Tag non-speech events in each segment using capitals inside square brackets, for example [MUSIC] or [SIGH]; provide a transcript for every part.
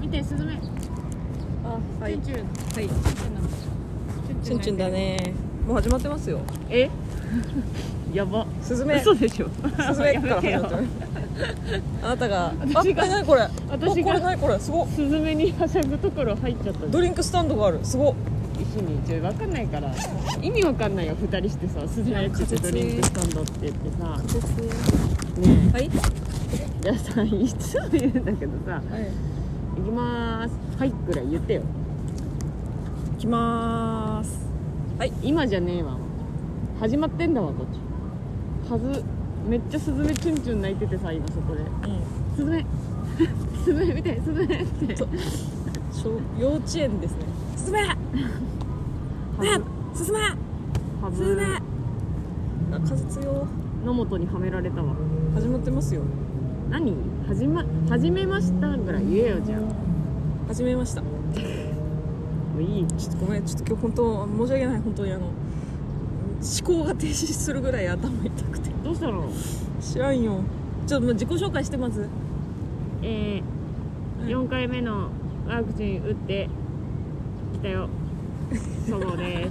見てスズメあはいチュンチュンはいチチュュンンチチュュンンがだいてねもう始まってますよえ [LAUGHS] やばスズメス嘘ズでしょメやからめて始よまってますあなたがあ私がえ何これ私おこれが何これすごっスズメにはしゃぐところ入っちゃったドリンクスタンドがあるすごっ石にちょ分かんないから意味わかんないよ2人してさスズメちょっとドリンクスタンドって言ってさねはいえいやさいつも言うんだけどさ「行きまーす」はいぐらい言ってよ行きまーす今じゃねえわ始まってんだわこっちはずめっちゃスズメチュンチュン鳴いててさ今そこでうんスズメ [LAUGHS] スズメ見てスズメってそう小幼稚園ですねスズメねハスズメブハスズブメあ仮説よ野本にはめられたわ始まってますよ何始ま始めましたぐらい言えよじゃあも始めましたういいちょっとごめんちょっと今日本当申し訳ない本当にあの思考が停止するぐらい頭痛くてどうしたの知らんよちょっとまあ自己紹介してまずえうー、ん4回目のワクチン打ってきたよそぼです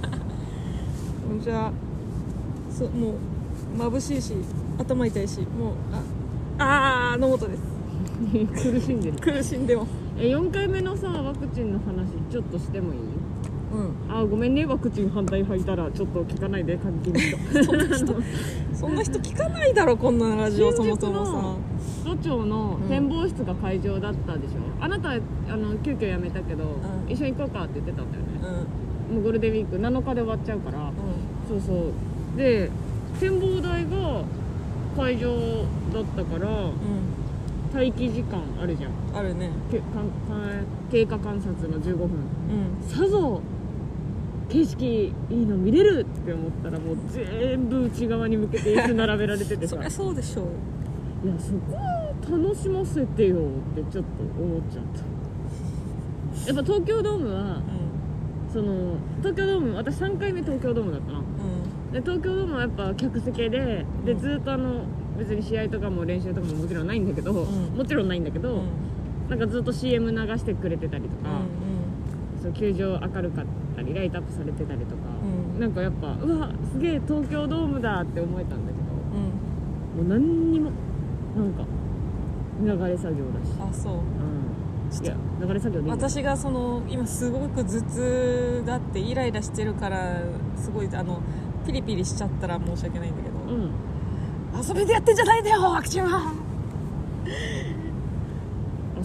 じゃあそもう眩しいし頭痛いしもうああー野本です苦しんでる苦しんでもえ4回目のさワクチンの話ちょっとしてもいいうんあーごめんねワクチン反対入ったらちょっと聞かないで換気の人 [LAUGHS] そんな人聞かないだろこんなラジオそ新も宿そのもさ都庁のうん展望室が会場だったでしょ、あなたあの急遽辞めたけど、ん一緒に行こうかって言ってたんだよねうんうもうんゴールデンウィーク7日で終わっちゃうからそうそうで展望台が会場だったからう待機時間あるじゃんんあるねけかんかん経過観察の15分うんさぞ景色いいの見れるって思ったらもう全部内側に向けて椅子並べられてて [LAUGHS] さそいりやゃそうでしょうそこを楽しませてよってちょっと思っちゃったやっぱ東京ドームはうんその東京ドーム私3回目東京ドームだったなで東京ドームはやっぱ客席ででうんずっとあの別に試合とかも練習とかももちろんないんだけど、んもちろんないんだけど、うんうんなんかずっと CM 流してくれてたりとか、そう球場明るかったりライトアップされてたりとか、うんなんかやっぱうわすげえ東京ドームだって思えたんだけどうんもう何にもなんか流れ作業だし、あそううちょん、っいやと流れ作業でいいんだよ私がその今すごく頭痛があってイライラしてるからすごいあのピリピリしちゃったら申し訳ないんだけど、うん遊びでやってんじゃないんだよワクチンは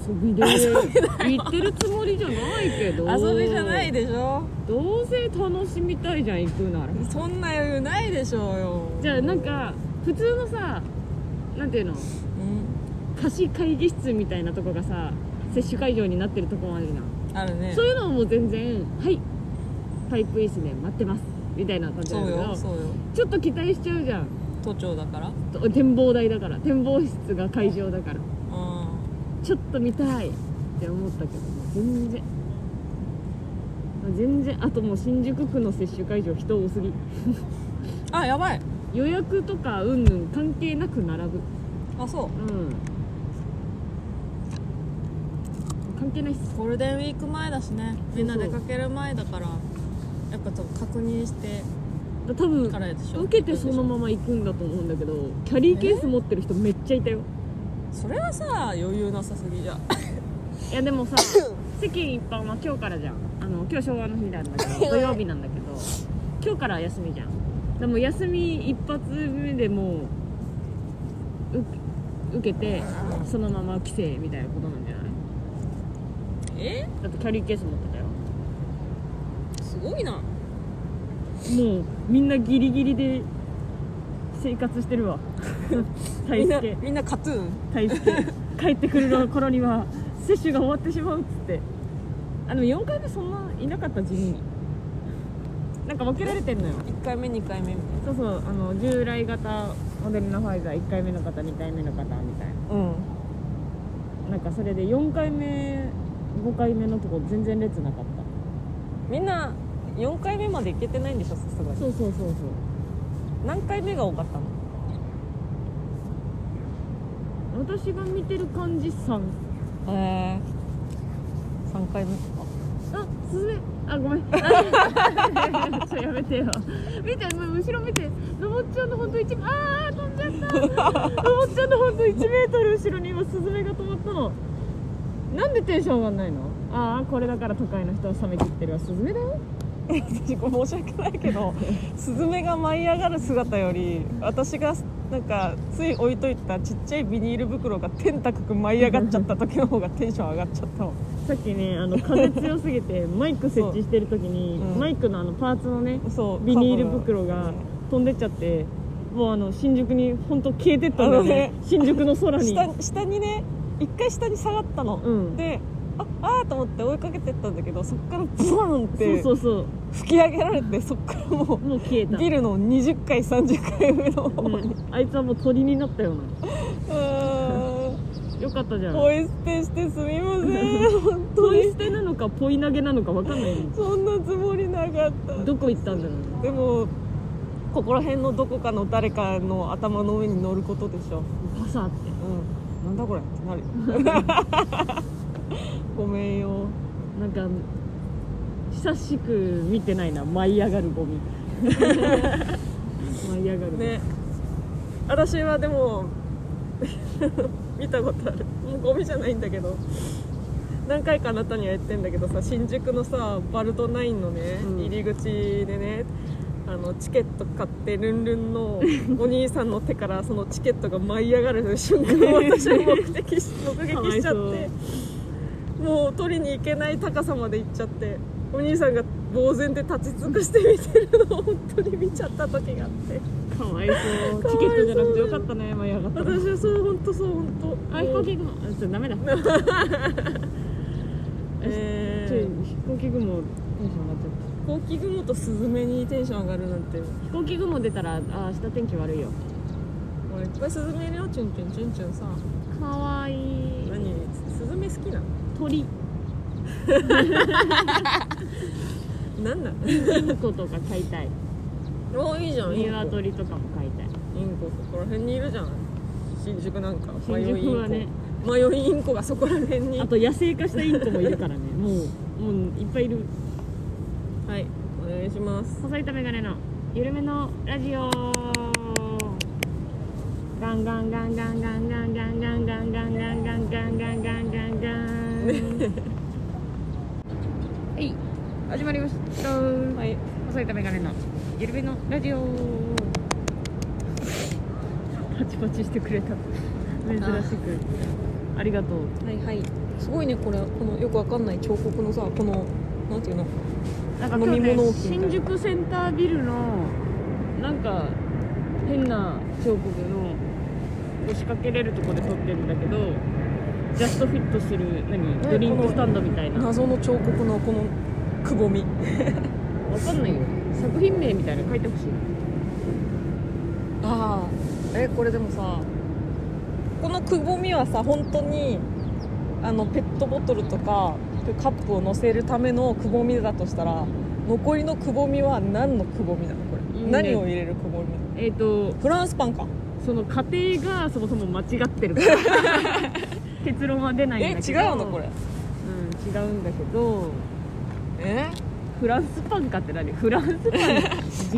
遊びで行ってるつもりじゃないけど遊びじゃないでしょどうせ楽しみたいじゃん行くならそんな余裕ないでしょうよじゃあなんか普通のさなんていうのうん貸し会議室みたいなとこがさ接種会場になってるとこもあるじゃんあるねそういうのはもう全然はいパイプ椅子で待ってますみたいな感じなそんうだけよどそうよちょっと期待しちゃうじゃん都庁だからと展望台だから展望室が会場だからうちょっと見たいって思ったけど全然全然あともう新宿区の接種会場人多すぎんあやばい予約とかうんぬん関係なく並ぶあそうん関係ないっすうゴールデンウィーク前だしねみんな出かける前だからやっぱ多分確認して多分からでしょ受けてそのまま行くんだと思うんだけどキャリーケース持ってる人めっちゃいたよそれはさ余裕なさすぎじゃんいやでもさ世間一般は今日からじゃんあの今日昭和の日なんだけど土曜日なんだけど今日から休みじゃんでも休み一発目でもう受受けてそのまま帰省みたいなことなんじゃないえだってキャリーケース持ってたよすごいなもうみんなギリギリで生活してるわ大みんな輔みんなカトゥーン大輔帰ってくる頃には接種が終わってしまうっつってあの4回目そんないなかった地味になんか分けられてんのよ1回目2回目みそうそうあの従来型モデルナファイザー1回目の方2回目の方みたいたいなうんななんかそれで4回目5回目のとこ全然列なかったみんな4回目まで行けてないんでしょさすがにそうそうそうそう何回目が多かったの私が見てる感じ3へえ3回目とかあスズメあごめ [LAUGHS] んちょやめてよ見てもう後ろ見てのぼっちゃんのほんと1あー飛んじゃったのぼっちゃんのほんと1メートル後ろに今スズメが止まったのなんでテンション上がんないのああこれだから都会の人は冷めきってるわスズメだよ私これ申し訳ないけ [LAUGHS] どスズメが舞い上がる姿より私がなんかつい置いといたちっちゃいビニール袋が天高く舞い上がっちゃった時の方がテンション上がっちゃったわさっきねあの風強すぎてマイク設置してる時に、そううんマイクのあのパーツのねそうビニール袋がね飛んでっちゃってもうあの新宿に本当消えてったんだよねあの新宿の空に下下にね一回下に下がったの、うんでああーと思って追いかけてったんだけどそっからブワンっそうてそうそう吹き上げられてそっか [LAUGHS] らもうもう消えた、ビルの20階30階上の方に、ねあいつはもう鳥になったよなうーんよかったじゃんポイ捨てしてすみません本当ポイに捨てなのかポイ投げなのかわかんないそんなつもりなかったどこ行ったんだろうねでもここら辺のどこかの誰かの頭の上に乗ることでしょパサーってうんなんだこれって [LAUGHS] なるよごめんよなんか久しく見てないな舞い上がるゴ [LAUGHS] ミ舞い上がるゴミね私はでも [LAUGHS] 見たことあるもうゴミじゃないんだけど何回かあなたには言ってんだけどさ新宿のさバルトナインのね、うん入り口でねあのチケット買ってルンル [LAUGHS] ンのお兄さんの手からそのチケットが舞い上がる [LAUGHS] 瞬間を私は目撃し目撃しちゃかっわていもう取りに行けない高さまで行っちゃってお兄さんが呆然で立ち尽くして見てるのを本当に見ちゃった時があって。かわいそうかわいそチうケットじゃなくてよかったね舞い上がったの私はそう本当そう本当あ飛行機雲あちょダメだえちょー飛行機雲テンション上がっちゃった飛行機雲とスズメにテンション上がるなんて飛行機雲出たらあー明日天気悪いよ俺いっぱいスズメいるよチュンチュンチュンチュンさかわいい何スズメ好きなの鳥何なのインコとか飼いたいもういいじゃんインコ鶏とかも飼いたいインコここら辺にいるじゃん新宿なんか新迷いイン宿コ、はね迷いインコがそこら辺にあと野生化したインコもいるからねもうもういっぱいいるはいお願いします細いたメガネの緩めのラジオガンガンガンガンガンガンガンガンガンガンガンガンガンガンガンガンガンはい始まりましたはい細いたメガネの緩めのラジオパチパチしてくれた珍しくありがとうはいはいすごいねこれこのよくわかんない彫刻のさこのなんていうのなんか今日ね飲み物置きみたいな新宿センタービルのなんか変な彫刻の押しかけれるとこで撮ってるんだけどジャストフィットする何ドリンクスタンドみたいなわ謎の彫刻のこのくぼみかんないよ作品名みたいなの書いてほしいああえこれでもさこのくぼみはさ本当にあのペットボトルとかカップを乗せるためのくぼみだとしたら残りのくぼみは何のくぼみなのこれ、いいね何を入れるくぼみえっ、とフランスパンかその過程がそもそも間違ってるから [LAUGHS] 結論は出ないえんだけ違どうのこれうん違うんだけどえフランスパンかって何フランス[LAUGHS]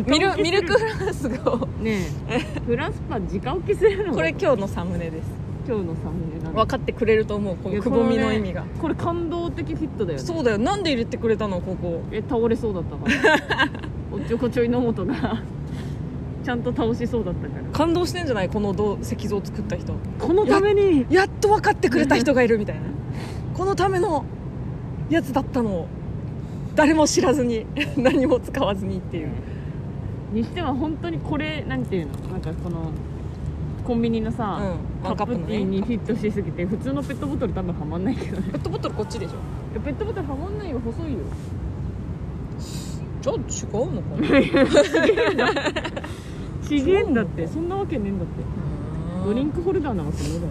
パ ン直ミル置きミするルクフランス [LAUGHS] がねえフランスパン直置きするのこれ今日のサムネです今日のサムネな分かってくれると思うこのくぼみの意味が、これ感動的フィットだよねそうだよなんで入れてくれたのここえ倒れそうだったから [LAUGHS] おっちょこちょい野本がちゃんと倒しそうだったから感動してんじゃないこの銅石像作った人このためにやっと分かってくれた人がいるみたいなこのためのやつだったのを誰も知らずに [LAUGHS] 何も使わずにっていうにしては本当にこれなんていうのなんかこのコンビニのうんさ、ワンカカップップのティーねにフィットしすぎて普通のペットボトル多分はまんないけどねペットボトルこっちでしょペットボトルはまんないよ細いよじゃあ違うのかなちげえんだってそんなわけねえんだってドリンクホルダーなわけねえだろ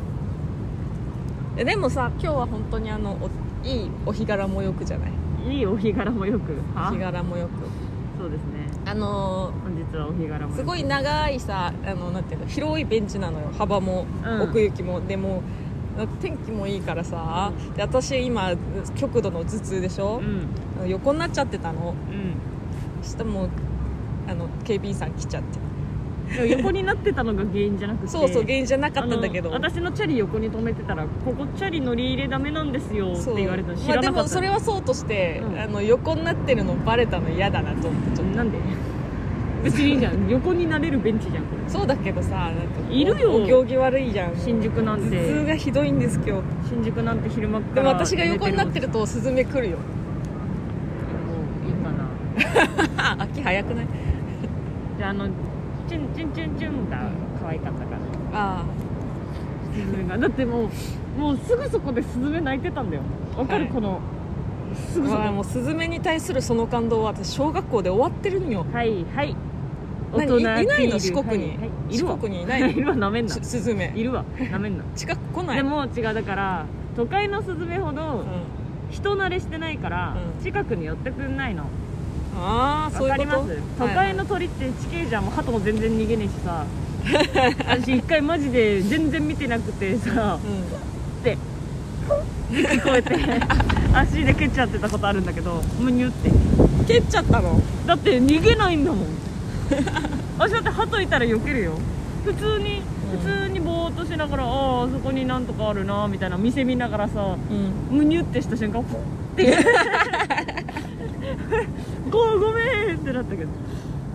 えでもさ今日は本当にあのおいいお日柄もよくじゃないいいお日柄もよく日柄もよくそうですねあの本日はお日柄もよーくすごい長いさあのなんていうの広いベンチなのよ幅もうん奥行きも、でも天気もいいからさで私今極度の頭痛でしう、ょん横になっちゃってたのうんそしたらもうあの警備員さん来ちゃってでも横になってたのが原因じゃなくてそうそう原因じゃなかったんだけどあの私のチャリ横に止めてたら「ここチャリ乗り入れダメなんですよ」ってそう言われたの知まあ、らでなかもったそれはそうとして、うんあの横になってるのバレたの嫌だなと思ってちょっなんで [LAUGHS] 別にいいじゃん横になれるベンチじゃんこれとそうだけどさなんかいるよお行儀悪いじゃん新宿な頭ん痛てがひどいんです今日新宿なんて昼間かでらも私が横になってるとスズメ来るもよういいかなあ秋早くないじゃああのチュンチュンチュンチュンが可愛かったからあスズメがだってもうもうすぐそこでスズメ鳴いてたんだよわかる、はいこのすあぐそこもうスズメに対するその感動は私小学校で終わってるんよはいはい何いいないのアピール四国にはい [LAUGHS] はい、いる四わ国にいないいるわなめんなススズメいる [LAUGHS] わなめんな近く来ないでも違うだから都会のスズメほうどん人慣れしてないからうん近くに寄ってくんないのああそうわいかうこりとます都会の鳥って地形じゃんもう鳩も全然逃げねえし [LAUGHS] さ私一回マジで全然見てなくて [LAUGHS] さはいはいって聞こえて足で蹴っちゃってたことあるんだけどむにゅってうん、蹴っちゃったのだって逃げないん [LAUGHS] だもん私だって鳩いたら避けるよ普通にうん普通にぼーっとしながら、ああそこになんとかあるなみたいな店見ながらさうんむにゅってした瞬間ポンって [LAUGHS] ごごめんってなったけど、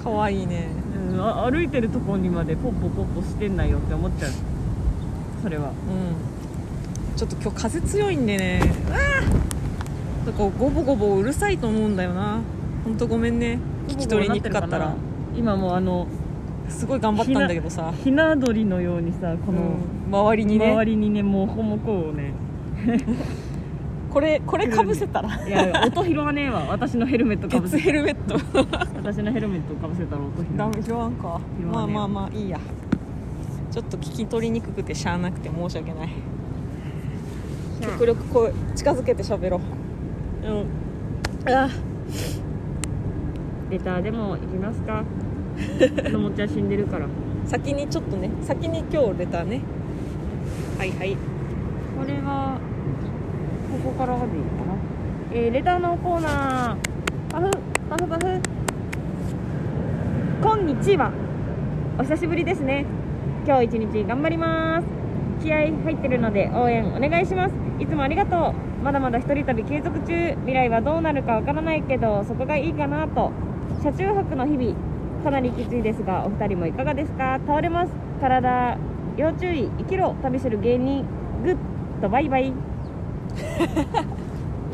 かわいいねうん、あ歩いてるとこにまでポッポポッポしてんないよって思っちゃうそれはうんちょっと今日風強いんでねうわーなんかゴボゴボうるさいと思うんだよなほんとごめんね聞き取りにくかったら今もうあのすごい頑張ったんだけどさ、ひな鳥のようにさここのの周りにね周りにねもうほもこをねこれこれかぶせた [LAUGHS] らいや音拾わねえわ [LAUGHS] 私のヘルメットかぶ鉄せヘルメット私のヘルメットかぶせたら音拾 [LAUGHS] ダわねメ拾わんか拾まわあねえまあまあいいやちょっと聞き取りにくくてしゃあなくて申し訳ないえ極力こう近づけて喋ろううんあレターでも行きます [LAUGHS] かのもちゃん死んでるからこ先にちょっとね先に今日レターねはいはいれはここからでいいのかなえー、レターのコーナーパフパフパフこんにちはお久しぶりですね今日一日頑張ります気合入ってるので応援お願いしますいつもありがとうまだまだ一人旅継続中未来はどうなるかわからないけどそこがいいかなと車中泊の日々かなりきついですがお二人もいかがですか倒れます体要注意生きろ旅する芸人グッドバイバ [LAUGHS] イ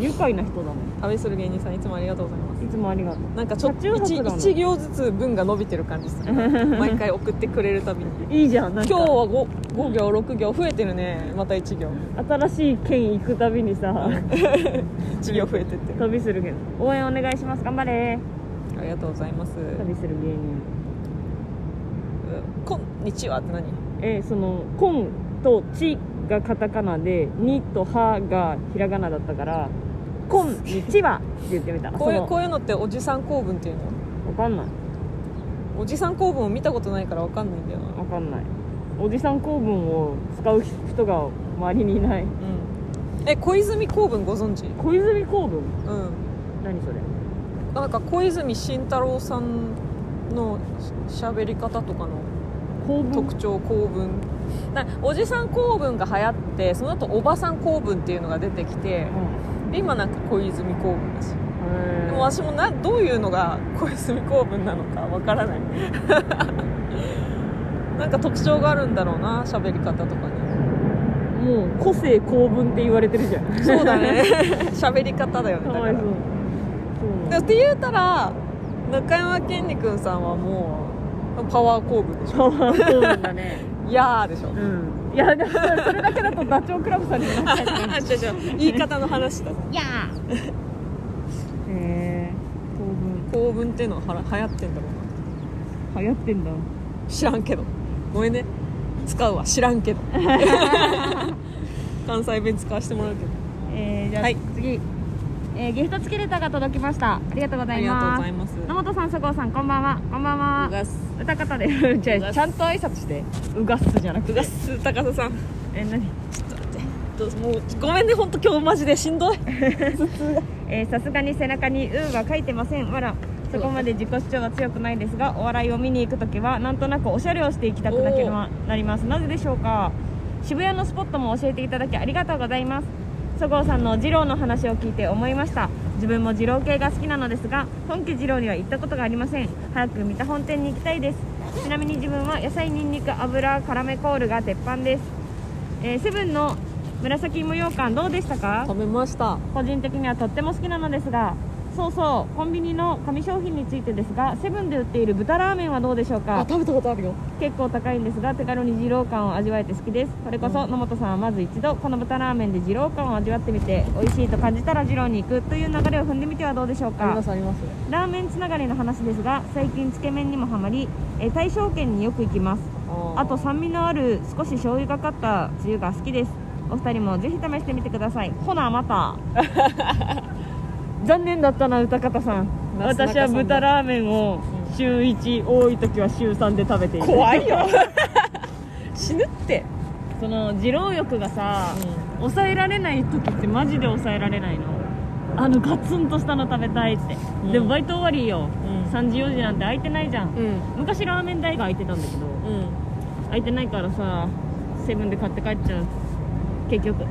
愉快な人だもん旅する芸人さんいつもありがとうございますいつもありがとうなんかちょっと車中泊なの 1, 一行ずつ文が伸びてる感じする [LAUGHS] 毎回送ってくれるたびにいいじゃんなんか今日は 5, 5行6行増えてるねまた1行新しい県行くたびにさ1行増えてってる旅するけど応援お願いします頑張れありがとうございます旅する芸人うんこんにちはって何えーその「コン」と「チ」がカタカナで「に」と「は」がひらがなだったから「コン」に「チ」はって言ってみたこういそうのこういうのっておじさん構文っていうのわかんないおじさん構文を見たことないからわかんないんだよなわかんないおじさん構文を使う人が周りにいないうんえ小泉構文ご存知小泉構文うん何それなんか小泉慎太郎さんのし喋り方とかの構文特徴構文なおじさん構文が流行ってその後おばさん構文っていうのが出てきてうんで今なんか小泉構文でへすでーも私もなどういうのが小泉構文なのかわからない [LAUGHS] なんか特徴があるんだろうな喋り方とかにもう個性構文って言われてるじゃんそう [LAUGHS] だね喋り方だよかねだかわいらそうそうだなっのて言うたら中山きんに君さんはもうパワー構文でしょパワー構文だね「やー」でしょうんいやでもそれだけだとダチョウ倶楽部さんになっちゃうあ違う違う [LAUGHS] 言い方の話だいやーへえ当分構文っていうのははら流行ってんだろう流行ってんだな知らんけどごめんね使うわ知らん [LAUGHS] けど関西弁使わせてもらうけどえー、じゃあ、はい次、えー、ギフト付きレターが届きましたありがとうござあいりがとうまごすざいます野本さん、佐藤さん、こんばんは。こんばんうは。がす歌方で、じゃうがあ、すちゃんと挨拶して。うがっすじゃなくうてが。す高田さんちえ、何。ょっと待ってともうごめんね本当今日マジでしんどいえーさすがに背中に「う」は書いてませんわらそこまで自己主張は強くないですがお笑いを見に行く時はなんとなくおしゃれをしていきたくなければなりますなぜでしょうか渋谷のスポットも教えていただきありがとうございますそごうさんの二郎の話を聞いて思いました自分も二郎系が好きなのですが本家二郎には行ったことがありません早く三田本店に行きたいですちなみに自分は野菜にんにく油辛めコールが鉄板です、えーセブンの紫芋羊羹どうでしたか食べました個人的にはとっても好きなのですがそうそうコンビニの紙商品についてですがセブンで売っている豚ラーメンはどうでしょうあか食べたことあるよ結構高いんですが手軽に二郎感を味わえて好きですこれこそ野本さんはまず一度この豚ラーメンで二郎感を味わってみて美味しいと感じたら二郎に行くという流れを踏んでみてはどうでしょうありかますありますラーメンつながりの話ですが最近つけ麺にもハマりえー大正圏によく行きますああと酸味のある少し醤油がかったつゆが好きですお二人もぜひ試してみてくださいほなま [LAUGHS] た残念だったな歌方さんなすなかさんだ私は豚ラーメンを週1多い時は週3で食べている怖いよ [LAUGHS] 死ぬって、その二郎欲がさ抑えられない時ってマジで抑えられないのあのガツンとしたの食べたいって、うんでもバイト終わりようん3時4時なんて空いてないじゃんうん昔ラーメン代が空いてたんだけどうん空いてないからさセブンで買って帰っちゃう結局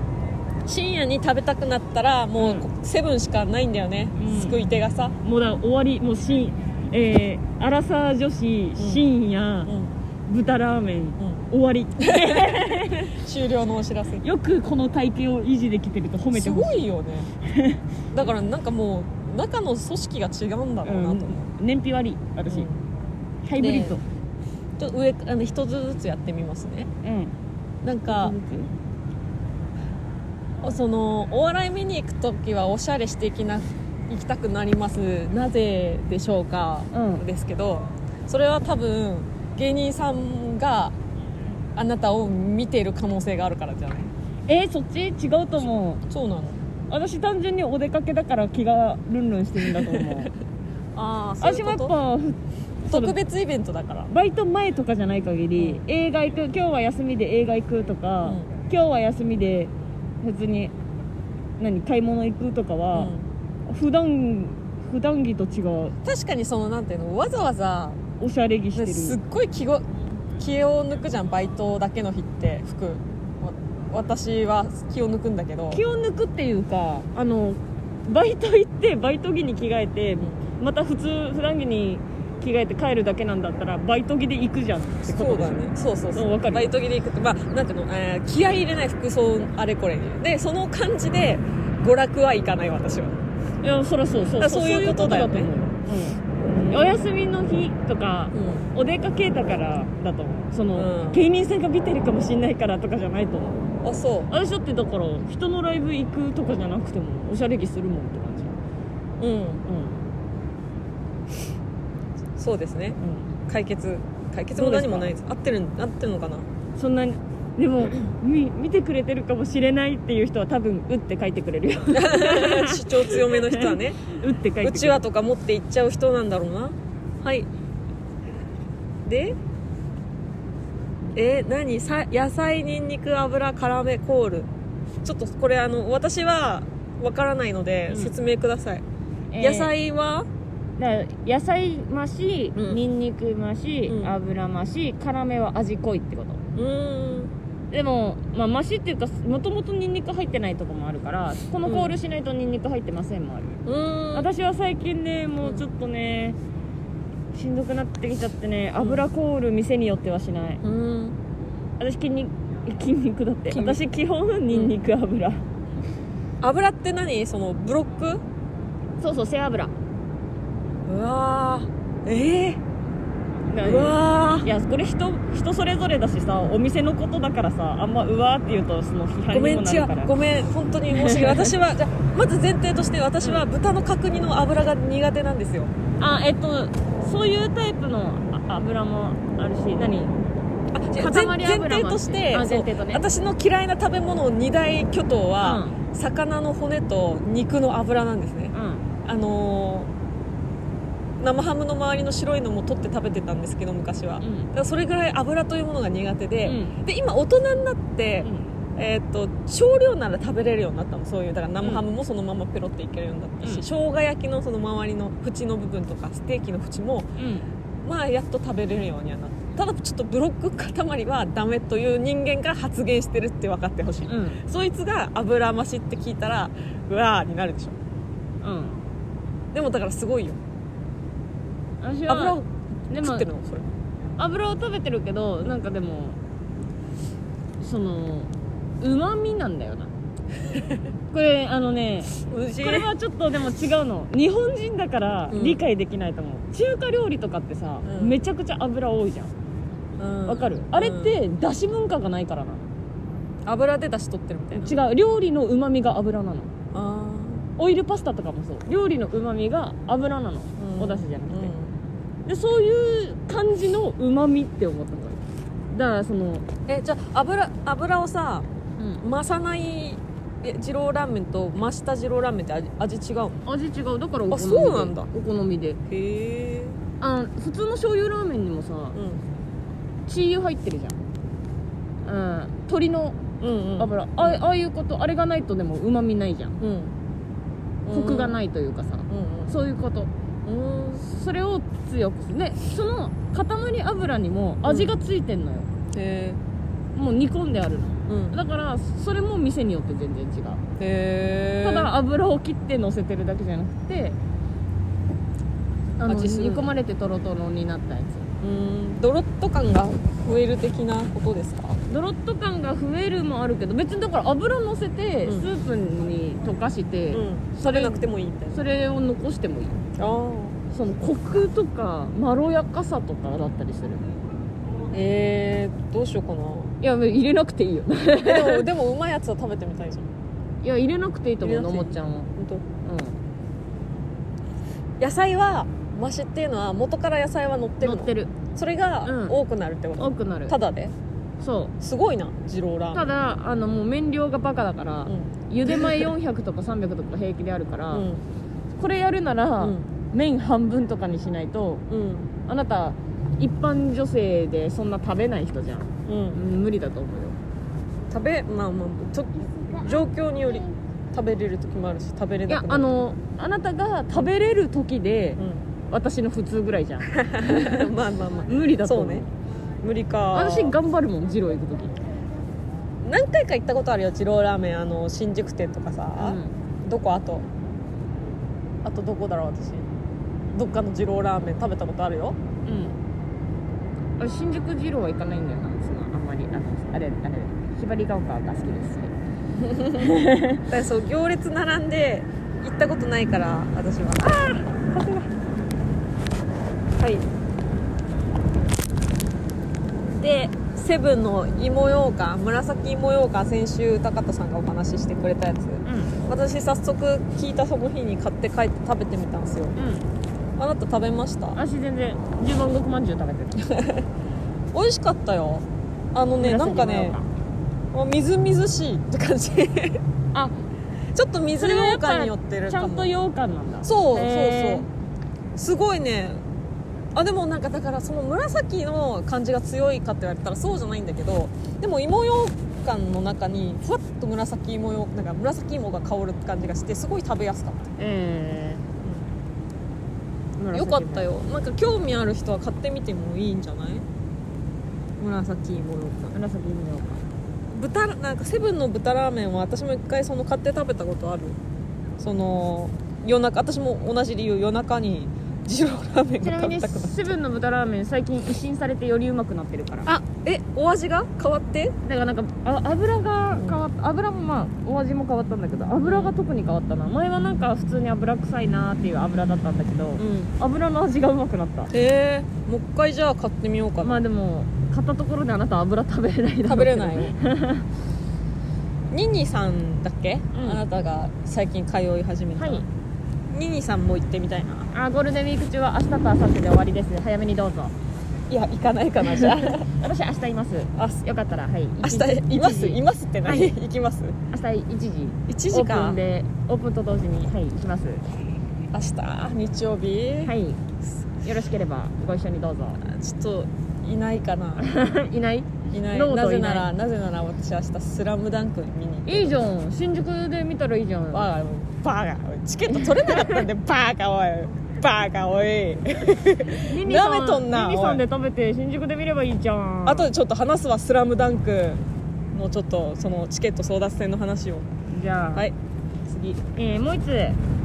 深夜に食べたくなったらもううセブンしかないんだよね、うん救い手がさ、もうだ終わりもうしんえー、アラサー女子深夜、豚ラーメン終わり終了のお知らせよくこの体型を維持できてると褒めてすほしいごいよね [LAUGHS] だからなんかもう中の組織が違うんだろうなと思う、うん、燃費悪い私、うんハイブリッド、ねちょっと上あの一つずつやってみますねうんなんかそのお笑い見に行く時はおしゃれしていきな行きたくなりますなぜでしょうか、うんですけどそれは多分芸人さんがあなたを見ている可能性があるからじゃないえー、そっち違うと思うそうなの私単純にお出かけだから気がルンルンしてるんだと思うああそうい私うもこやっとぱ特別イベントだからバイト前とかじゃない限り、映画行く今日は休みで映画行くとか、うん今日は休みで普通に何買い物行くとかは、うん普段普段着と違う確かにそのなんていうのわざわざおしゃれ着してるすっごい気ご気を抜くじゃんバイトだけの日って服わ私は気を抜くんだけど気を抜くっていうかあのバイト行ってバイト着に着替えてまた普通普段着に着替えて帰るだけなんだったらバイト着で行くじゃんってこそとうでだすよねそうそうそううんわかるバイト着で行くってまあなんていうの、えー気合い入れない服装あれこれにでその感じで娯楽はいかない私はいやそりゃそうそだかうらそういうことだよそねういうことだと思ううんお休みの日とかうんお出かけだからだと思うその、うん芸人さんが見てるかもしれないからとかじゃないと思うあそ私だってだから人のライブ行くとかじゃなくてもおしゃれ着するもんって感じううんうそうですんねうん解決解決も何もないです合ってる合ってるのかなそんなにで [LAUGHS] もみ見てくれてるかもしれないっていう人は多分「う」って書いてくれるよ [LAUGHS] [LAUGHS] 主張強めの人はねうって書いてくれるうちわとか持って行っちゃう人なんだろうなはいでえー何さ野菜にんにく油辛めコールちょっとこれあの私はわからないのでうん説明ください、えー野菜はだから野菜増しうんにんにく増し、うん油増し辛めは味濃いってことうーんでも、まあ、増しっていうかもともとにんにく入ってないとこもあるからこのコールしないとにんにく入ってませんもある、うーん私は最近ねもうちょっとねしんどくなってきちゃってね油コール店によってはしないうーん私筋肉筋肉だって筋肉私基本にんにく油、油って何そのブロックそうそう背脂うわーえだー、うわいやこれ人人それぞれだしさお店のことだからさあんまうわーって言うとその批ーご判めにもんな違るからうごめん本当に申し [LAUGHS] 訳ない私はじゃあまず前提として私は豚の角煮の油が苦手なんですよあえっとそういうタイプのあ油もあるし何あ違う塊前油前提としてあ前そう提とね私の嫌いな食べ物二大巨頭は、う魚の骨と肉の油なんですねうんあのー生ハムの周りの白いのも取って食べてたんですけど昔は、うんだからそれぐらい油というものが苦手で、うんで今大人になってう、んえーっと少量なら食べれるようになったのそういうだから生ハムもそのままペロっていけるようになったし、うん生姜焼きのその周りの縁の部分とかステーキの縁もうんまあやっと食べれるようにはなったただちょっとブロック塊はダメという人間が発言してるって分かってほしい、うんそいつが油増しって聞いたらうわーになるでしょうんでもだからすごいよ私は油をで食もってるのそれ油を食べてるけどなんかでもそのうまみなんだよ [LAUGHS] なこれあのね無事これはちょっとでも違うの日本人だからうん理解できないと思う、中華料理とかってさ、うんめちゃくちゃ油多いじゃんわかる、あれってだし文化がないからな油で出し取ってるみたいな違う料理のうまみが油なのあオイルパスタとかもそう料理のうまみが油なの、うんお出汁じゃなーくて、でそういう感じのうまみって思ったのよだからそのえじゃあ油油をさうん増さないえ二郎ラーメンと増した二郎ラーメンって味味違うの味違うだからお好みであそうなんだお好みでへえあの普通の醤油ラーメンにもさうんチー油入ってるじゃん、うん、鶏のうんうん油、あああいうことあれがないとでもうまみないじゃんうんコクがいないというかさ、うんそういうことうんうんそれを強くするでその塊油にも味がついてんのよ、へえもう煮込んであるのうんだからそれも店によって全然違うへえただ油を切って乗せてるだけじゃなくてあの煮味する込まれてトロトロになったやつうんドロッと感が増える的なことですかドロッと感が増えるもあるけど別にだから油乗せてスうんープに溶かして、んそ食れべなくてもいいみたいなそれを残してもいいあそのコクとかまろやかさとかだったりするあえー、どうしようかないや入れなくていいよでもでもうまいやつは食べてみたいじゃん [LAUGHS] いや入れなくていいと思う入れのなくていいもちゃんは本当うん野菜はマシっていうのは元から野菜は乗ってる乗のってるそれがうん多くなるってこと、多くなるただでそすごいな二郎うラーメたンだあのもう麺量がバカだから、うんゆで前400とか300とか平気であるから、うんこれやるなら、うん麺半分とかにしないとうんあなた一般女性でそんな食べない人じゃん、うん無理だと思うよ食べまあまあちょ状況により食べれる時もあるし食べれいなやくなあるのあなたが食べれる時でう私の普通ぐらいじゃんんまあまあまあ無理だとそ思ううね無理か私頑張るもん二郎行く時、何回か行ったことあるよ二郎ラーメンあの新宿店とかさ、どこあとあとどこだろう私どっかの二郎ラーメン食べたことあるようんあ新宿二郎は行かないんだよなそのあんまりあのあれあれひばりが丘が好きですだからそう行列並んで行ったことないから私はああ風がはいでセブンの芋ようかん紫芋ようかん先週高田さんがお話ししてくれたやつうん私早速聞いたその日に買って帰って食べてみたんですようんあなた食べました私全然十万石まんじゅう食べてる美味しかったよあのねなんかねあみずみずしいって感じ [LAUGHS] あちょっと水それはやよっうぱかんによってるちかゃもんと羊羹なんだそうそうへそうすごいねあでもなんかだからその紫の感じが強いかって言われたらそうじゃないんだけどでも芋ようかんの中にふわっと紫芋よなんか紫芋が香る感じがしてすごい食べやすかっえたえよかったよなんか興味ある人は買ってみてもいいんじゃない紫芋ようかん紫芋ようか豚なんかセブンの豚ラーメンは私も一回その買って食べたことあるその夜中私も同じ理由夜中に二郎ラーメンちがなみ食べにたくなったセブンの豚ラーメン最近一新されてよりうまくなってるからだかあえお味が変わってらなんかあ油が変わった油もまあお味も変わったんだけど油が特に変わったな前はなんか普通に油臭いなーっていう油だったんだけどん油の味がうまくなったへえもう一回じゃあ買ってみようかな、まあでも買ったところであなた油食べれないだろうけど食べれないよ [LAUGHS] ニニさんだっけ、んあなたが最近通い始めた、はいニニさんも行ってみたいなあゴールデンウィーク中は明日と明後日で終わりです早めにどうぞいや行かないかなじゃ私明日います [LAUGHS] ああ [LAUGHS] すよかったらはい明日いますい明ますって何、はい行きます日1時1オ時ープ間ンでオープンと同時にはい行きます明日日曜日、はいよろしければご一緒にどうぞちょっといないかないないい [LAUGHS] ないローなドぜいなないらなぜなら私明日「スラムダンク見に行くいいじゃん新宿で見たらいいじゃんバーガーバーガーチケット取れなかった [LAUGHS] んでバーガーおいバーガーおいミニさ舐めとんなミニさんおでい食べて新宿で見ればいいじゃんあとでちょっと話すわ「スラムダンクのちょっとそのチケット争奪戦の話をじゃあ、はい次えーもう一つ、えー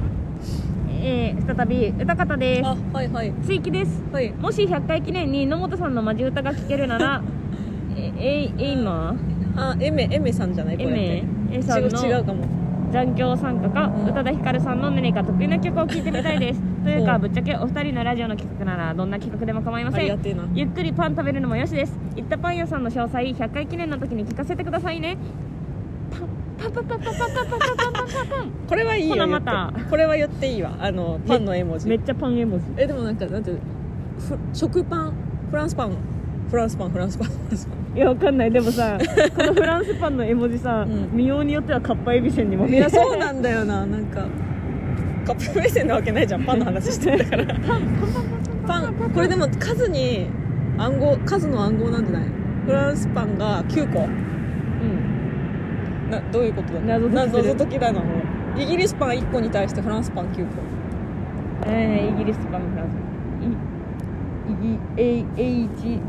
再び歌方ですあはいはい追記ですはいもし100回記念に野本さんのマジ歌が聴けるな [LAUGHS] らえええいまあエメエメさんじゃないえこれってめえさ違んうの違うかも残響参加かうん宇多田ヒカルさんの何か得意な曲を聴いてみたいですといううかんぶっちゃけお二人のラジオの企画ならどんな企画でも構いまあせりがんてえなゆっくりパン食べるのもよしです行ったパン屋さんの詳細100回記念の時に聞かせてくださいねパンパンパンパンパンパンパンパンパンパンパンパンこれはいいよほな言ってまこれは言っていいわあのパンの絵文字めっちゃパン絵文字えでもなんかなんていうふ食パンフランスパンフランスパンフランスパンフランスパンいやわかんないでもさこのフランスパンの絵文字さ、うん見ようによってはカッパエビせんにもい見えやるそうなんだよななんかカップ目線なわけないじゃんパンの話してんだからパンこれでも数に暗号数の暗号なんじゃないフランスパンが9個うんなどういうことだ謎解きする謎解きだなもうイギリスパン1個に対してフランスパン9個えー、イギリスパンのフランスイイギ A H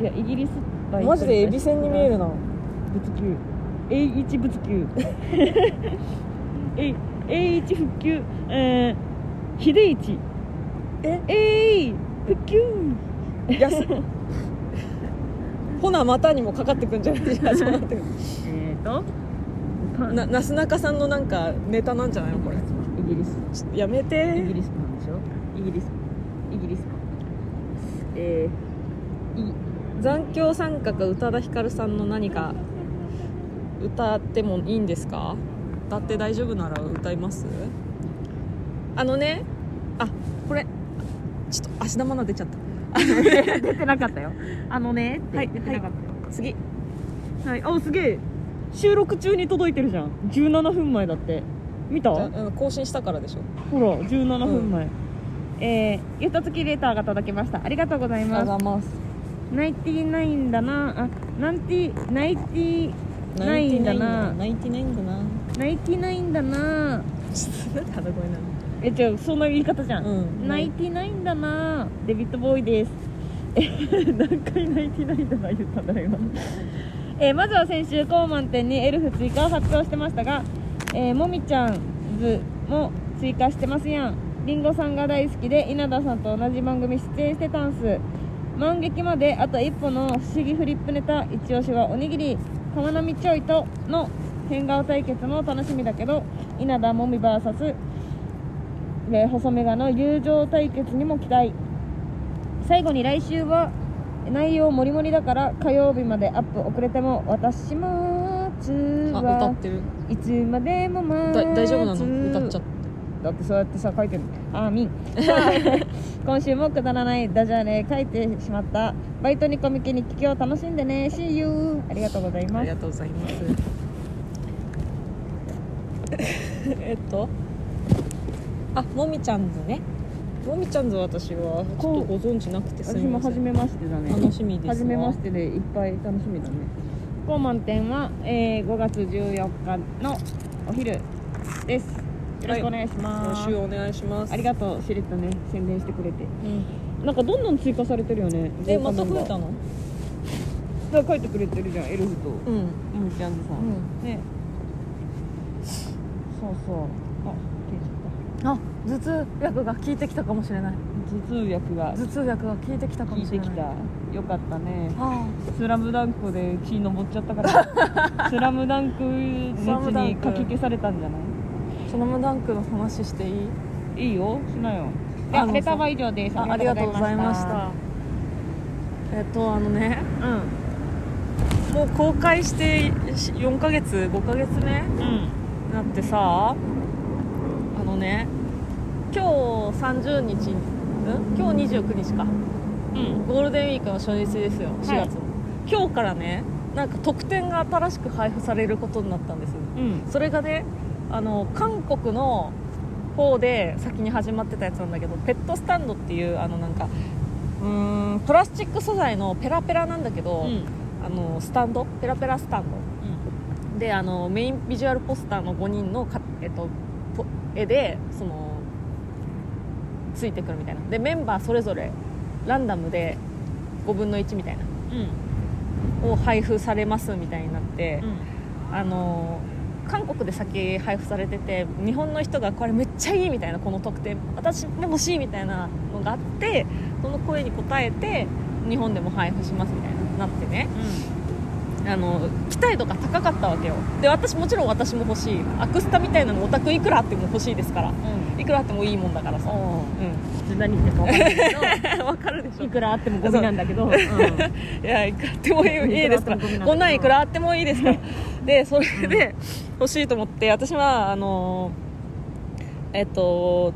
いやイギリスパンマジでエビせんに見えるな物給 A1 物 [LAUGHS] 給 A- A1 復旧えー、秀一ええい復旧安いほなまたにもかかってくんじゃないじゃそうなってくるえーとパンななすなかさんのなんかネタなんじゃないのこれイギリスちょっとやめイギてリスパンでしょイギリスイギリスパンえ残響参加か宇多田ヒカルさんの何か歌ってもいいんですか歌って大丈夫なら歌いますあのねあこれちょっと足玉が出ちゃったー、出てなかったよあのねってはい出てなかった次よはい、あすげえ収録中に届いてるじゃん17分前だって見たあうん更新したからでしょほら17分前、えー、ゆとつきレターが届きましたありがとうございますざいますナイティナインだなあなんてナイティないんだな泣いてないんだなナイティナインだなちょっとなんで鼻声なのえじゃあそんな言い方じゃん、うんナイティナインだなデビッドボーイですえ [LAUGHS] 何回ナイティナインだな言ったんだろう今えーまずは先週高満点にエルフ追加を発表してましたが、えーもみちゃんズも追加してますやんりんごさんが大好きで稲田さんと同じ番組出演してたんす満劇まであと一歩の不思議フリップネタ一押しはおにぎり浜波ちょいとの変顔対決も楽しみだけど稲田もみ VS えー細メガの友情対決にも期待最後に来週は内容もりもりだから火曜日までアップ遅れても私もつあ歌はってるいつまでも待だつ大丈夫なの歌っちゃってだってそうやってさ書いてるあー [LAUGHS] みん今週もくだらないダジャレ書いてしまったバイトにコミケに聞きを楽しんでね See you ありがとうございあまりすがとうございます。 [LAUGHS] えっと、あ、もみちゃんズね。もみちゃんズは私はちょっとご存知なくてす私みもませ初ん。めましてだね楽しみですわ。初めましてでいっぱい楽しみだね高満点は、えー5月14日のお昼ですよろしくお願いします、今週お願いします。ありがとうシレットね宣伝してくれてうん。なんかどんどん追加されてるよねえ、豪華まメたンバー増えたの？だから書いてくれてるじゃんエルフとうん。もみちゃんでさ、うん。ねそうそうあ消えちゃあ、頭痛薬が効いてきたかもしれない。った頭痛薬が頭痛薬が効いてきたか効いてきたよかったねあ「スラムダンクで血登っちゃったから「スラムダンク熱スラムダンにクかき消されたんじゃないあ、そのムダンクの話していい？いいよしなよあのレターは以上ですあ、ありがとうございました。えっとあのね。うんもう公開して4ヶ月5ヶ月目うんなってさあのね今日30日ん今日29日かうんゴールデンウィークの初日ですよ4月の、今日からねなんか特典が新しく配布されることになったんですうんそれがねあの韓国の方で先に始まってたやつなんだけどペットスタンドっていうあのなんかうーんプラスチック素材のペラペラなんだけうど、んあのスタンドペラペラスタンドであのメインビジュアルポスターの5人のか、えっと、ポ絵でそのついてくるみたいなでメンバーそれぞれランダムで5分の1みたいなうんを配布されますみたいになってう、んあの韓国で先配布されてて日本の人がこれめっちゃいいみたいなこの特典私も欲しいみたいなのがあってその声に応えて日本でも配布しますみたいになってねあの期待度が高かったわけよで私もちろん私も欲しいアクスタみたいなのオタクいくらあっても欲しいですからいくらあってもいいもんだからさ、ううん何言ってるか分かんないけん、わかるでしどょいくらあってもゴミなんだけど、うん、ういやいくらあってもいいいいですか [LAUGHS] いくらあってもゴミなんだらけどこんなんいくらあってもいいですからでそれで欲しいと思って私はあのえっと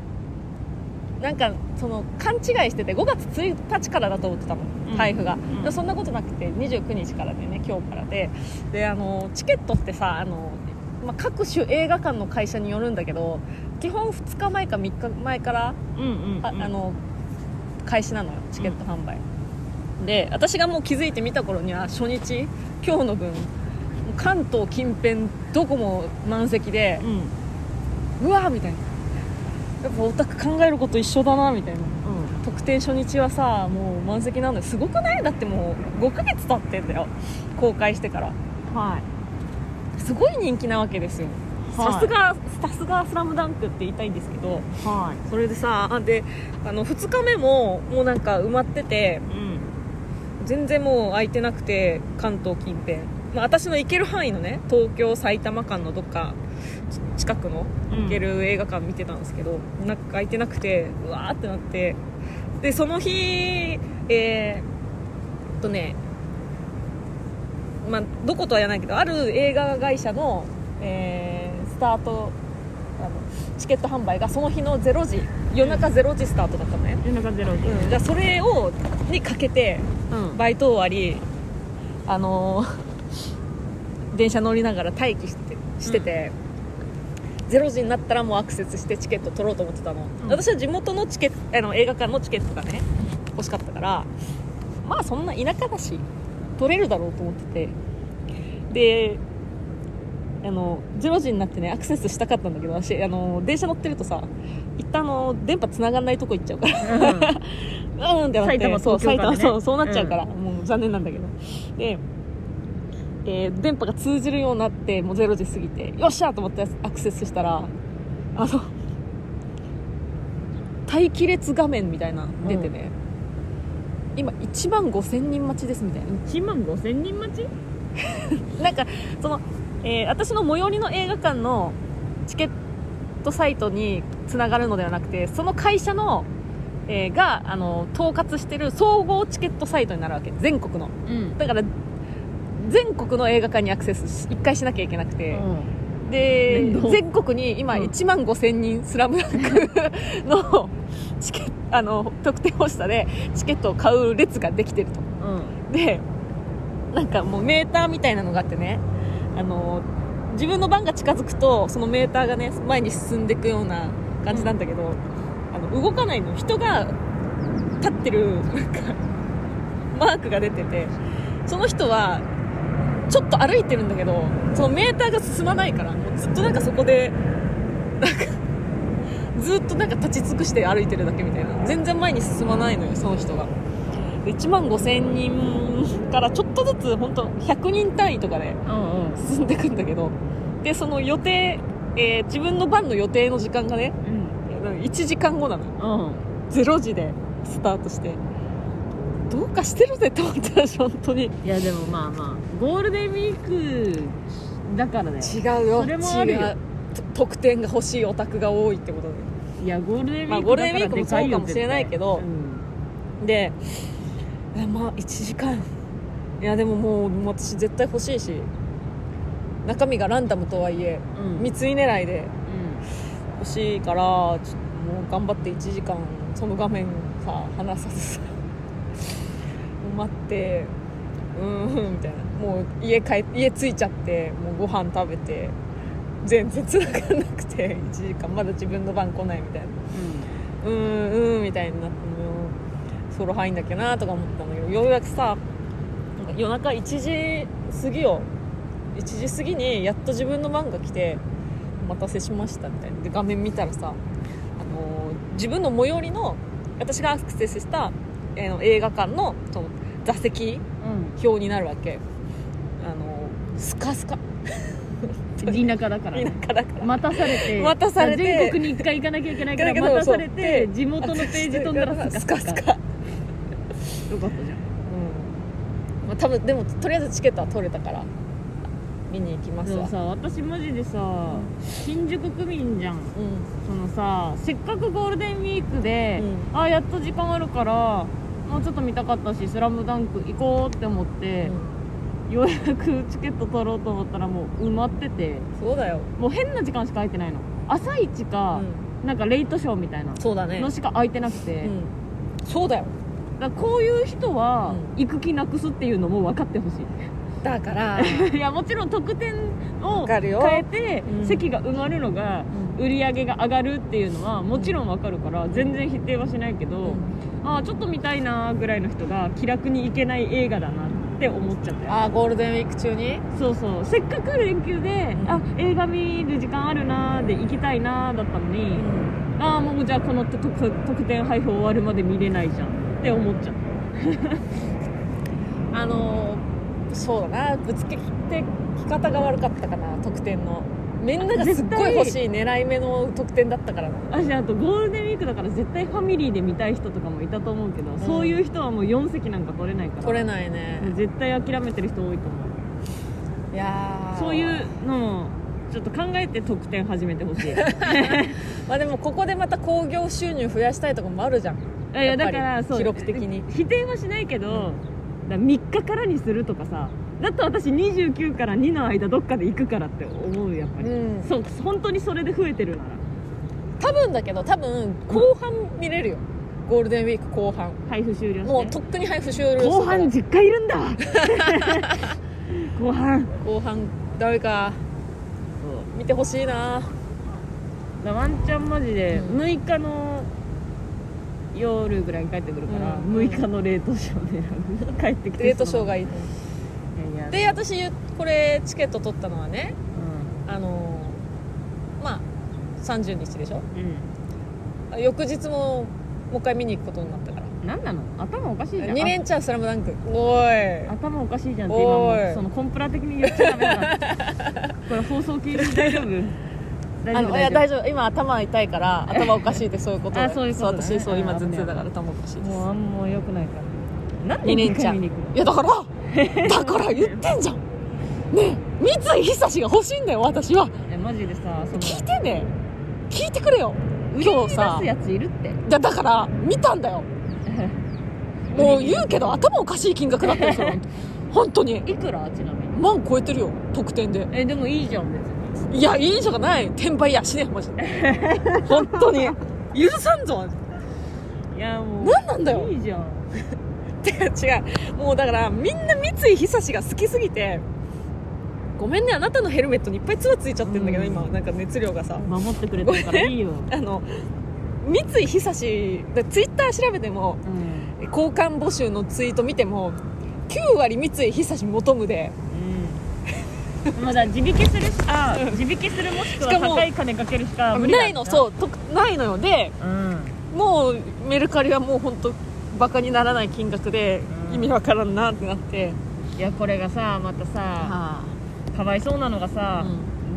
なんかその勘違いしてて5月1日からだと思ってたのうん配布が、んでもそんなことなくて29日からでね今日からでであのチケットってさあの、まあ、各種映画館の会社によるんだけど基本2日前か3日前からうんうんああの開始なのよチケット販売、で私がもう気づいてみた頃には初日今日の分もう関東近辺どこも満席でうんうんうわーみたいなやっぱオタク考えること一緒だなみたいな特典初日はさもう満席なのよすごくないだってもう5ヶ月経ってんだよ公開してからんはいすごい人気なわけですよはいさすがさすが「スラムダンクって言いたいんですけどはそれでさあであの2日目ももうなんか埋まっててうん全然もう空いてなくて関東近辺、まあ、私の行ける範囲のね東京埼玉間のどっかち近くのうん行ける映画館見てたんですけど、なんか空いてなくてうわーってなってでその日えーっとねまあどことは言わないけどある映画会社の、えースタートあのチケット販売がその日の0時夜中0時スタートだったのね、い夜中ゼロで、うん、じゃそれをにかけて [LAUGHS] うんバイト終わり、あのー [LAUGHS] 電車乗りながら待機してしてて、0時になったらもうアクセスしてチケット取ろうと思ってたの、うん私は地元のチケットあの映画館のチケットがね欲しかったからまあそんな田舎だし取れるだろうと思っててであの0時になってねアクセスしたかったんだけど私あの電車乗ってるとさ一旦あの電波繋がんないとこ行っちゃうからうんってなって埼玉そう東京間でね埼玉そうそうなっちゃうから、もう残念なんだけどで、えー電波が通じるようになってもう0時過ぎてよっしゃと思ってアクセスしたらあの待機列画面みたいなの出てね、今1万5000人待ちですみたいな1万5000人待ちなんかその、えー私の最寄りの映画館のチケットサイトにつながるのではなくてその会社の、えーがあの統括してる総合チケットサイトになるわけ全国のうんだから全国の映画館にアクセスし1回しなきゃいけなくて、で面倒全国に今うん1万5000人「スラムダンク [LAUGHS] のチケあの特典欲しさでチケットを買う列ができてると。うんでなんかもうメーターみたいなのがあってねあの自分の番が近づくとそのメーターがね前に進んでいくような感じなんだけど、あの動かないの人が立ってるなんかマークが出ててその人はちょっと歩いてるんだけどそのメーターが進まないからもうずっとなんかそこでなんかずっとなんか立ち尽くして歩いてるだけみたいな全然前に進まないのよその人が。で1万5000人からちょっとずつ本当100人単位とかでうんうん進んでいくんだけどでその予定、えー自分の番の予定の時間がね1時間後なのようん0時でスタートしてどうかしてるぜって思ったし本当に違いやでもまあまあゴールデンウィークだからねうよそれもあるよ違うと特典が欲しいオタクが多いってことでいやゴールデンウィークまあゴールデンウィークもそうかもしれないけどだからでえまあ1時間いやでももうもう私絶対欲しいし中身がランダムとはいでえかいよ絶対うんうん密輸狙いでう欲しいからちょっともう頑張って1時間その画面さ離さずさ [LAUGHS] もう待ってうーんみたいなもう家帰家着いちゃってもうご飯食べて全然繋がんなくて1時間まだ自分の番来ないみたいなんうーんうーんみたいになってもう風呂入んなきゃなとか思ってたんだけどようやくさなんか夜中1時過ぎよ1時過ぎにやっと自分の番が来て「お待たせしました」みたいなで画面見たらさあのー自分の最寄りの私がアクセスした、えーの映画館のその座席表になるわけあのースカスカうん田舎だから田舎だから待たされて待たされて全国に一回行かなきゃいけないから行か待なきゃたさそうれてそう地元のページ飛んだらススカカススカカよかったじゃんうんまあ、多分でもとりあえずチケットは取れたから見に行きますでわもさ私マジでさ新宿区民じゃんうんそのさせっかくゴールデンウィークで、うあやっと時間あるからもうちょっと見たかったし「スラムダンク行こうって思って、ようやくチケット取ろうと思ったらもう埋まっててそうだよ、もう変な時間しか空いてないの朝一うか、ん、なんかレイトショーみたいなそうだねの、しか空いてなくて、うん、そうだよだからこういう人はう行く気なくすっていうのも分かってほしだから、いいやもちろん特典を [LAUGHS] わかるよ変えて、うん席が埋まるのが売り上げが上がるっていうのはもちろん分かるから全然否定はしないけど、ああちょっと見たいなーぐらいの人が気楽に行けない映画だなって思っちゃったよああゴールデンウィーク中にそうそうせっかく連休で、うんあ映画見る時間あるなーで行きたいなーだったのに、ああもうじゃあこの特特典配布終わるまで見れないじゃんって思っちゃったあのーそうだなぶつけてき方が悪かったかな得点のみんながすっごい欲しい狙い目の得点だったからな私あとゴールデンウィークだから絶対ファミリーで見たい人とかもいたと思うけど、そういう人はもう4席なんか取れないから取れないねもう絶対諦めてる人多いと思ういやーそういうのをちょっと考えて特典始めてほ [LAUGHS] しいいまあでもここでまた興行収入増やしたいとかもあるじゃんやいやだからそう記録的に否定はしないけど、だ3日からにするとかさだって私29から2の間どっかで行くからって思うやっぱり、うんそう本当にそれで増えてるなら多分だけど多分後半見れるよ、ゴールデンウィーク後半配布終了してもうとっくに配布終了する後半10回いるん [LAUGHS] だ後半後半ダメか見てほしいなだワンチャンマジでうん6日の夜ぐらいに帰ってくるから、うん6日の冷凍ショーで選ぶ [LAUGHS] 帰ってきてデートショーがいいいやいやで私ゆこれチケット取ったのはねあのーまあ30日でしょうん、翌日ももう一回見に行くことになったからうん、何なの頭おかしいじゃん2年ちゃん「スラムダンクおいあ頭おかしいじゃんって今おもいうそのコンプラ的に言っちゃダメだ [LAUGHS] なこれ放送禁止大丈夫大あ丈夫のいや大丈夫今頭痛いから頭おかしいってそういうことあそういうことね私そう今あ頭痛だから頭おかしいですもうあんま良くないからなんで2年2ちゃ回ん見にい行くのやだ [LAUGHS] からだから言ってんじゃんねえ三井久志が欲しいんだよ私はえマジでさその聞いてね聞いてくれよ今日さ売りに出すやついるっていやだから見たんだよもう言うけど頭おかしい金額だったよ [LAUGHS] それ本当にいくらちなみに万超えてるよ得点でえでもいいじゃん別にいやいいじゃない転売やしねえマジで [LAUGHS] 本当に許さんぞいやもう何なんだよいいじゃんてか違うもうだからみんな三井久志が好きすぎてごめんねあなたのヘルメットにいっぱいツバついちゃってるんだけど、うん今なんか熱量がさ守ってくれてるからいいよ、あの三井久志でツイッター調べてもうん交換募集のツイート見ても9割三井久志求むでうん、まだ地引きするしか地引きするもしくはしかも高い金かけるしか無理だないのそうとないのよでう、うん、もうメルカリはもう本当バカにならない金額でうん意味わからんなってなって、いやこれがさまたさあかわいそうなのがさ、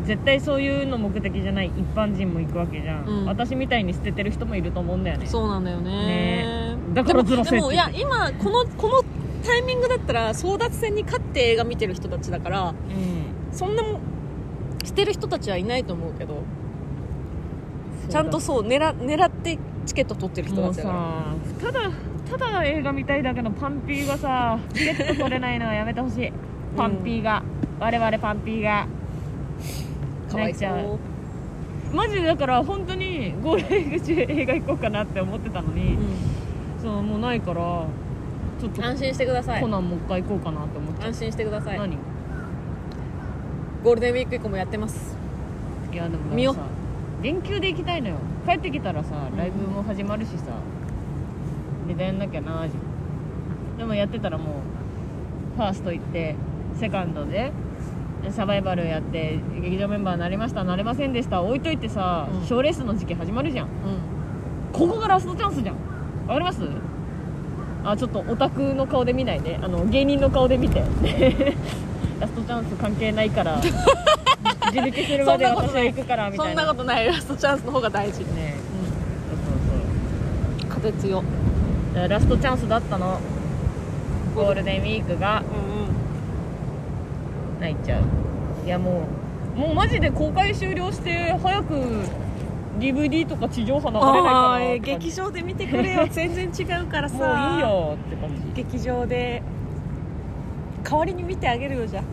絶対そういうの目的じゃない一般人も行くわけじゃん、うん私みたいに捨ててる人もいると思うんだよねそうなんだよねねだからでもずらせってでもいや今このこのタイミングだったら争奪戦に勝って映画見てる人たちだからうんそんなもしてる人たちはいないと思うけどそうだちゃんとそう狙狙ってチケット取ってる人もたうちだからさただただ映画見たいだけのパンピーがさゲット取れないのはやめてほしいパンピーが、我々パンピーがかわ泣いそいちゃうマジでだから本当にゴールデンウィーク中映画行こうかなって思ってたのに、そうもうないからちょっうとん安心してくださいコナンもう一回行こうかなって思っちゃっ安心してくだた、さい何ゴールデンウィーク以降もやってますいやでも見なよんかさ連休で行きたいのよ帰ってきたらさライブも始まるしさ、ネタやんなきゃなーじゃんでもやってたらもうファースト行ってセカンドででサバイバルやって劇場メンバーになりましたなれませんでした置いといてさうん賞、レースの時期始まるじゃんうんここがラストチャンスじゃんわかりますあちょっとオタクの顔で見ないであの芸人の顔で見て [LAUGHS] ラストチャンス関係ないから [LAUGHS] 自力するまでそんなこと私なはい行くからみそたんいななことないラストチャンスの方が大事ねそう風強そうそうラストチャンスだったのゴールデンウィークがうん泣いちゃういやもうもうマジで公開終了して早く DVD とか地上波流れないあかあなって感劇じ場で見てくれ [LAUGHS] よ全然違うからさもういいよって感じ劇場で代わりに見てあげるよじゃあ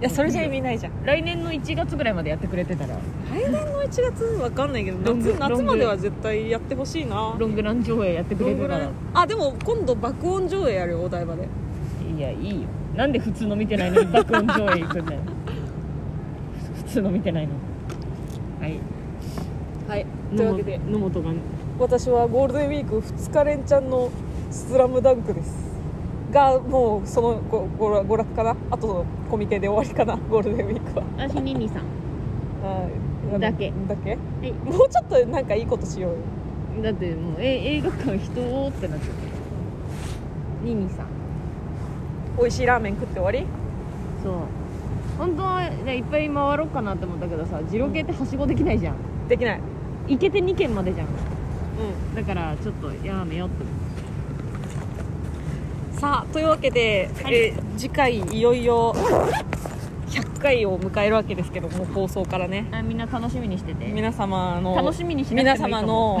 いやそれじゃ意味ないじゃん来年の1月ぐらいまでやってくれてたら来年の1月わかんないけどロング夏夏までは絶対やってほしいなロングラン上映やってくどれんてぐたららいあでも今度爆音上映やるよお台場でいやいいよなんで普通の見てないのに爆音上映行くんだよ普通の見てないのはいはいというわけで野本が私はゴールデンウィーク2日連チャンの「スラムダンクですがもうそのごごら娯楽かなあとのコミケで終わりかな [LAUGHS] ゴールデンウィークは私ニニさんはいだけだけ、いもうちょっとなんかいいことしようよだってもうえ映画館人多ってなっちゃうニニさん美味しいラーメン食って終わりそう本当はねいっぱい回ろうかなって思ったけどさ二郎系ってはしごできないじゃんできない行けて2軒までじゃんうだからちょっとやめようってんさあというわけで、はいえー次回いよいよ100回を迎えるわけですけども放送からねあみんな楽しみにしてて皆様の楽しみにしな皆くてもいいと様思うの、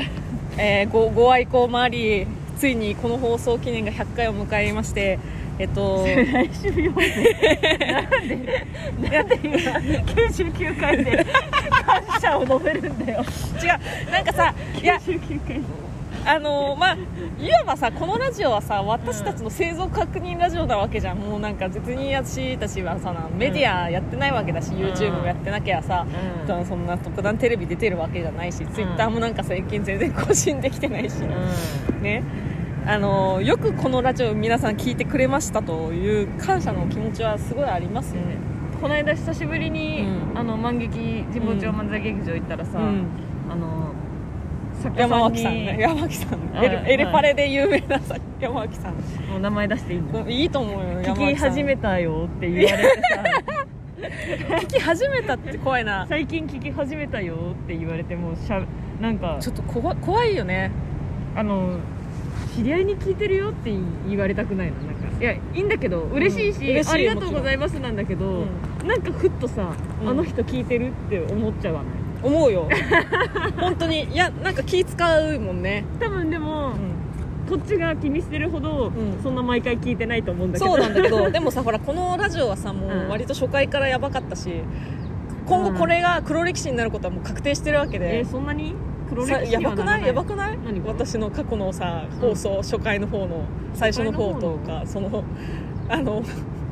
えーごご愛好もありついにこの放送記念が100回を迎えましてえっ [LAUGHS] と来週4でなんでなんで今99回で感謝を述べるんだよ違うなんかさいや99回あのまあいわばさこのラジオはさ私たちの製造確認ラジオなわけじゃんもうなんか別に私たちはさメディアやってないわけだし、YouTube もやってなきゃさ、うそんな特段テレビ出てるわけじゃないし、Twitter もなんか最近全然更新できてないし、ねあのよくこのラジオ皆さん聞いてくれましたという感謝の気持ちはすごいありますよね、この間久しぶりに、うんあの満劇神保町漫才劇場行ったらさ、うん、あの作家山さん脇にさんね山脇さんあエレ,、はいエレパレで有名なさ山脇さんもう名前出していいのいいと思うよ聞山き脇さん始めたよって言われてさ聞き始めたって怖いな最近聞き始めたよって言われてもうしゃなんかちょっと怖怖いよねあの知り合いに聞いてるよって言われたくないのなんかいやいいんだけど嬉しいし,、嬉しいありがとうございますなんだけど、なんかふっとさ、うんあの人聞いてるって思っちゃわない思うよ [LAUGHS] 本当にいやなんか気使うもんね、多分でも、こっちが気にしてるほど、んそんな毎回聞いてないと思うんだけどそうなんだけどでもさほらこのラジオはさもうんう割と初回からやばかったし今後これが黒歴史になることはもう確定してるわけえでー、、そんなに黒さ歴史やにはばくならなないいやばくない何が私の過去のさん放送、初回の方の最初の方とかそのあの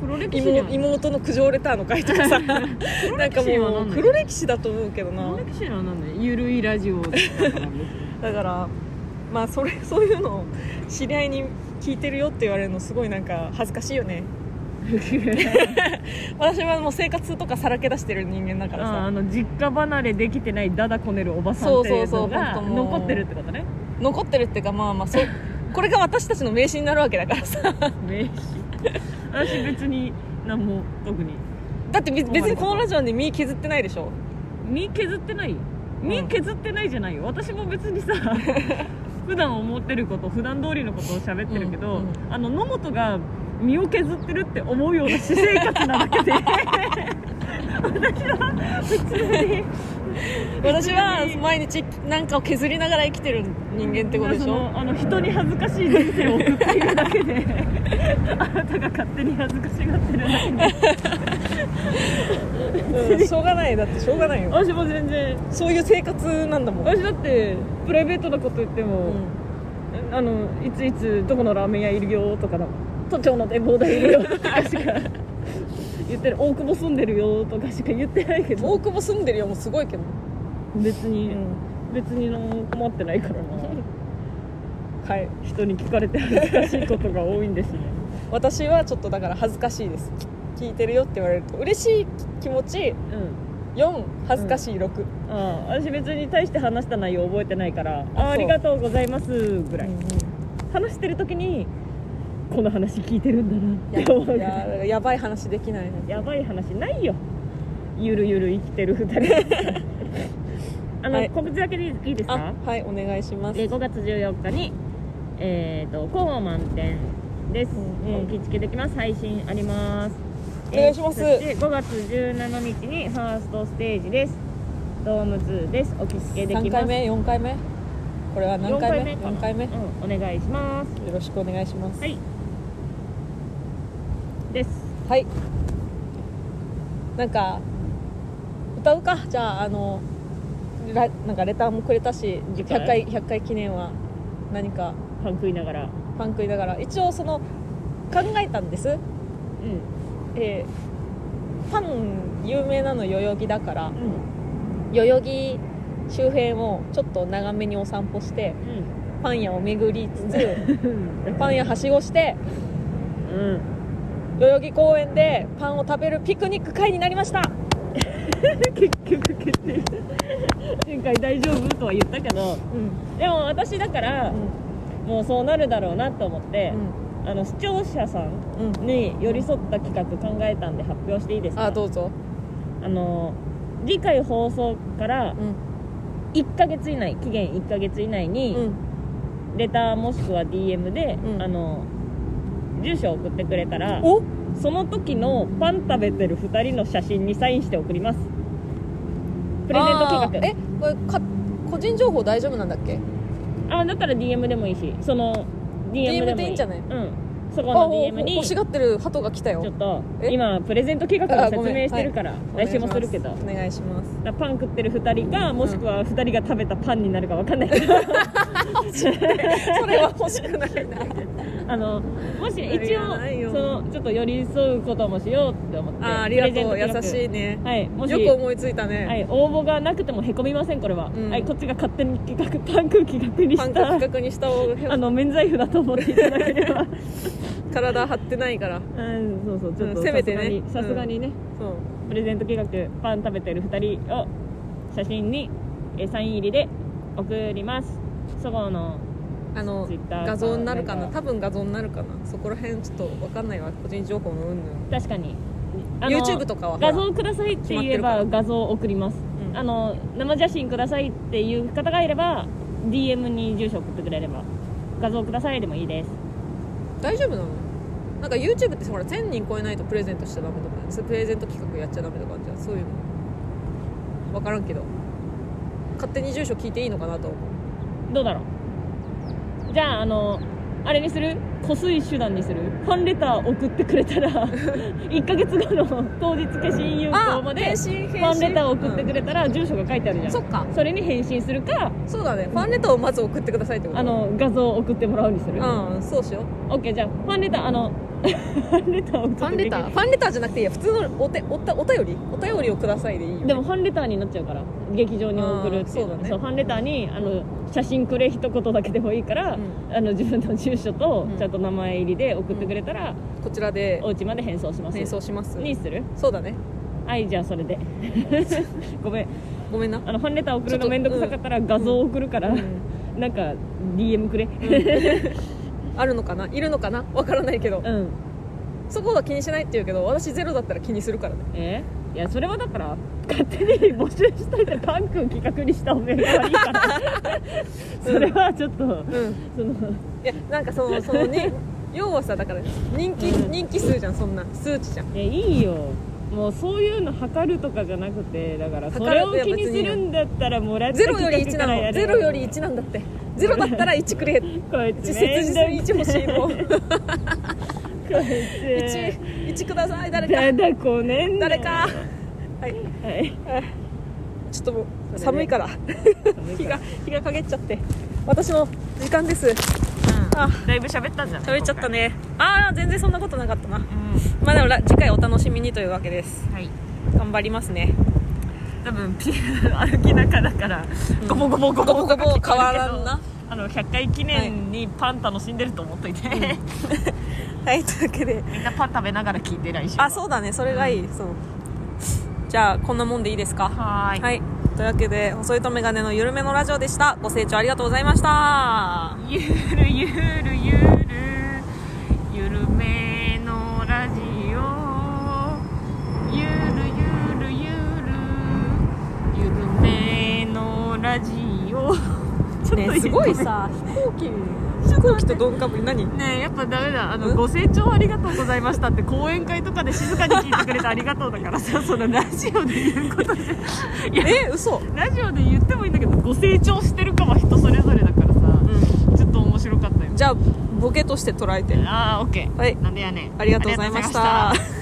黒歴史には妹妹の苦情レターの回とかさ [LAUGHS] なんか史にはなもんうない黒歴史だと思うけどな黒歴史にはなんでゆるいラジオだから別にだからまあそれそういうのを知り合いに聞いてるよって言われるのすごいなんか恥ずかしいよね私はもう生活とかさらけ出してる人間だか [LAUGHS] らあさあの実家離れできてないダダこねるおばさんそっうてそいううそのうが本当もう残ってるってことね残ってるっていうかまあまあそうこれが私たちの名刺になるわけだからさ名刺私別に何も特にだって別別にこのラジオで身削ってないでしょ身削ってないようん身削ってないじゃないよ私も別 [LAUGHS] にさ普段思ってること普段通りのことを喋ってるけど、うんうあの野本が身を削ってるって思うような私生活なだけ [LAUGHS] で私は毎日なんかを削りながら生きてる人間ってことでしそょのあの人に恥ずかしい人生を送っているだけであなたが勝手に恥ずかしがってるだけでうんしょうがないだってしょうがないよ [LAUGHS] 私も全然そういう生活なんだもん、私だってプライベートなこと言ってうも、んあのいついつどこのラーメン屋いるよとかだもん都庁の展望台いるよとかしか言ってる大久保住んでるよとかしか言ってないけ大ど久保住んでるよもうすごいけど、別に、うん別に何も困ってないからなはい人に聞かれて恥ずかしいことが多いんですね私はちょっとだから恥ずかしいですき聞いてるよって言われると嬉しい気持うちん4恥ずかしい6、ああ私別に対して話した内容覚えてないからあそうあありがとうございますぐらい、うん話してる時にこの話聞いてるんだなって思うんういややばい話できないなやばい話ないよゆるゆる生きてる2人 [LAUGHS] あの、はい告知だけでいいですあかはいお願いしますで5月14日にえっ、と広報満点です、うんうんお聞きできます配信ありますお願いしますえーそして5月17日にファーストステージですドーム2ですお聞きでき3ま回す目4回目これは何4回回目目かな4回目ようん、お願いしますろしくお願いしますはいですはいなんか歌うかじゃああのラなんかレターもくれたし次100回回100回記念は何かパン食いながらパン食いながら一応その考えたんです、うんえーパン有名なの代々木だからう代々木周辺をちょっと長めにお散歩してパン屋を巡りつ [LAUGHS] つんうんパン屋はしごしてうん代々木公園でパンを食べるピクニック会になりました結局決定前回大丈夫とは言ったけどうんでも私だからもうそうなるだろうなと思って、あの視聴者さんうん、うんに寄り添った企画考えたんで発表していいですかあどうぞ、あの次回放送からうん1ヶ月以内期限1ヶ月以内うにんレターもしくは DM で、うんあの住所を送ってくれたらおその時のパン食べてる2人の写真にサインして送りますプレゼント企画えこれか個人情報大丈夫なんだっけあだったら DM でもいいしその DM で DM もでいいんじゃないうんそこあのお DM おに欲しちがってる鳩が来たよょっとえ今プレゼント企画あのご説めん明してるからお願い来し週まもするけどお願いしますだからパン食ってる2人かもしくは2人が食べたパンになるか分かん [LAUGHS] ないけどそれは欲しくない [LAUGHS] なあのもしい一や応ないよそのちょっと寄り添うこともしようって思ってあありがとう優しいいねはいもしよく思いついたね、はい、応募がなくてもへこみませんこれは、うんはい、こっちが勝手に企画パンク企画にパンしクた企画にした方あがの免罪符だと思っていただければ体張ってないからうん、そうそう、ちょっうとんさせすめがてに、ねさすがにね、そうプレゼント企画、パン食べてる2人を写真にえサイン入りで送ります。そごうの、あの Twitter 画像になるかなか多分画像になるかなそこら辺ちょっと分かんないわ個人情報の云々確かに。あの YouTube とかはほら画像くださいって言えば画像を送ります、うんあの生写真くださいっていう方がいれば DM に住所送ってくれれば画像くださいでもいいです大丈夫なのなんか YouTube ってほら1000人超えないとプレゼントしちゃダメとかそうプレゼント企画やっちゃダメとかあるじゃんそういうの分からんけど勝手に住所聞いていいのかなと思うどうだろうじゃああのあれにするこすい手段にするファンレター送ってくれ [LAUGHS] たら1ヶ月後の当日消印有効まで返信フ返ァン信レター送ってくれたら住所が書いてあるじゃうんんそっかそれに返信するかそうだねファンレターをまず送ってくださいってことあの画像を送ってもらうにするうんそうしよう OK じゃあファンレターあの [LAUGHS] ファンレター送ってファンレターファンレターじゃなくていいや普通のお手おたお便りお便りをくださいでいいよでもファンレターになっちゃうから劇場に送るっていあーそうだねファンレターにあの写真くれ一言だけでもいいから、うんあの自分の住所とうんちゃんと名前入りで送ってくれたら、こちらでお家まで返送します返送しますにするそうだねはいじゃあそれ [LAUGHS] でごめんごめんなあのファンレター送るちょっとの面倒くさかったら画像送るから、なんか DM くれあるのかないるのかなわからないけど [LAUGHS] うん、そこは気にしないって言うけど私ゼロだったら気にするからねえいやそれはだから勝手に募集しといてパン君企画にしたおめが悪いから [LAUGHS] それはちょっと、うんそのいやなんかそのそのね要はさだから人気、うん人気数じゃんそんな数値じゃんいやいいよもうそういうの測るとかじゃなくてだからそ測れるを気にするんだったらもらってゼロより1なのゼロより1ななんだってゼロだったら1くれこいつ切め実にん1ど欲くさしいいもこんいつ11ください誰やかだこねんな誰かはいはいちょっともれうで寒いから日が日が陰っちゃって私の時間ですあだいぶ喋ったんじゃない食べちゃったねああ全然そんなことなかったな今まあでもら次回お楽しみにというわけです回うんはい頑張りますね多分ピ歩きながらからんゴボゴボゴボほぼほぼ変わらんなあの100回記念にパン楽しんでると思っといて、はいというわけでみんなパン食べながら聞いて来週はあそうだねそれがいい、そうじゃあこんなもんでいいですかはーいはいというわけで細いとメガネのゆるめのラジオでしたご清聴ありがとうございましたゆるゆるゆるゆるめのラジオゆるゆるゆるゆるめのラジオ [LAUGHS] ちょっと言えなねすごいさ飛行機飛行機と鈍化ぶり何ねえやっぱダメだあうのんご清聴ありがとうございましたって講演会とかで静かに聞いてくれてありがとうだから [LAUGHS] さそのラジオで言うことじゃいやえ嘘ラジオで言ってもいいんだけどご成長してるかは人それぞれだからさ、ちょっと面白かったよじゃあボケとして捉えてああオッケーはいなんでやねんありがとうございましたありがとうございました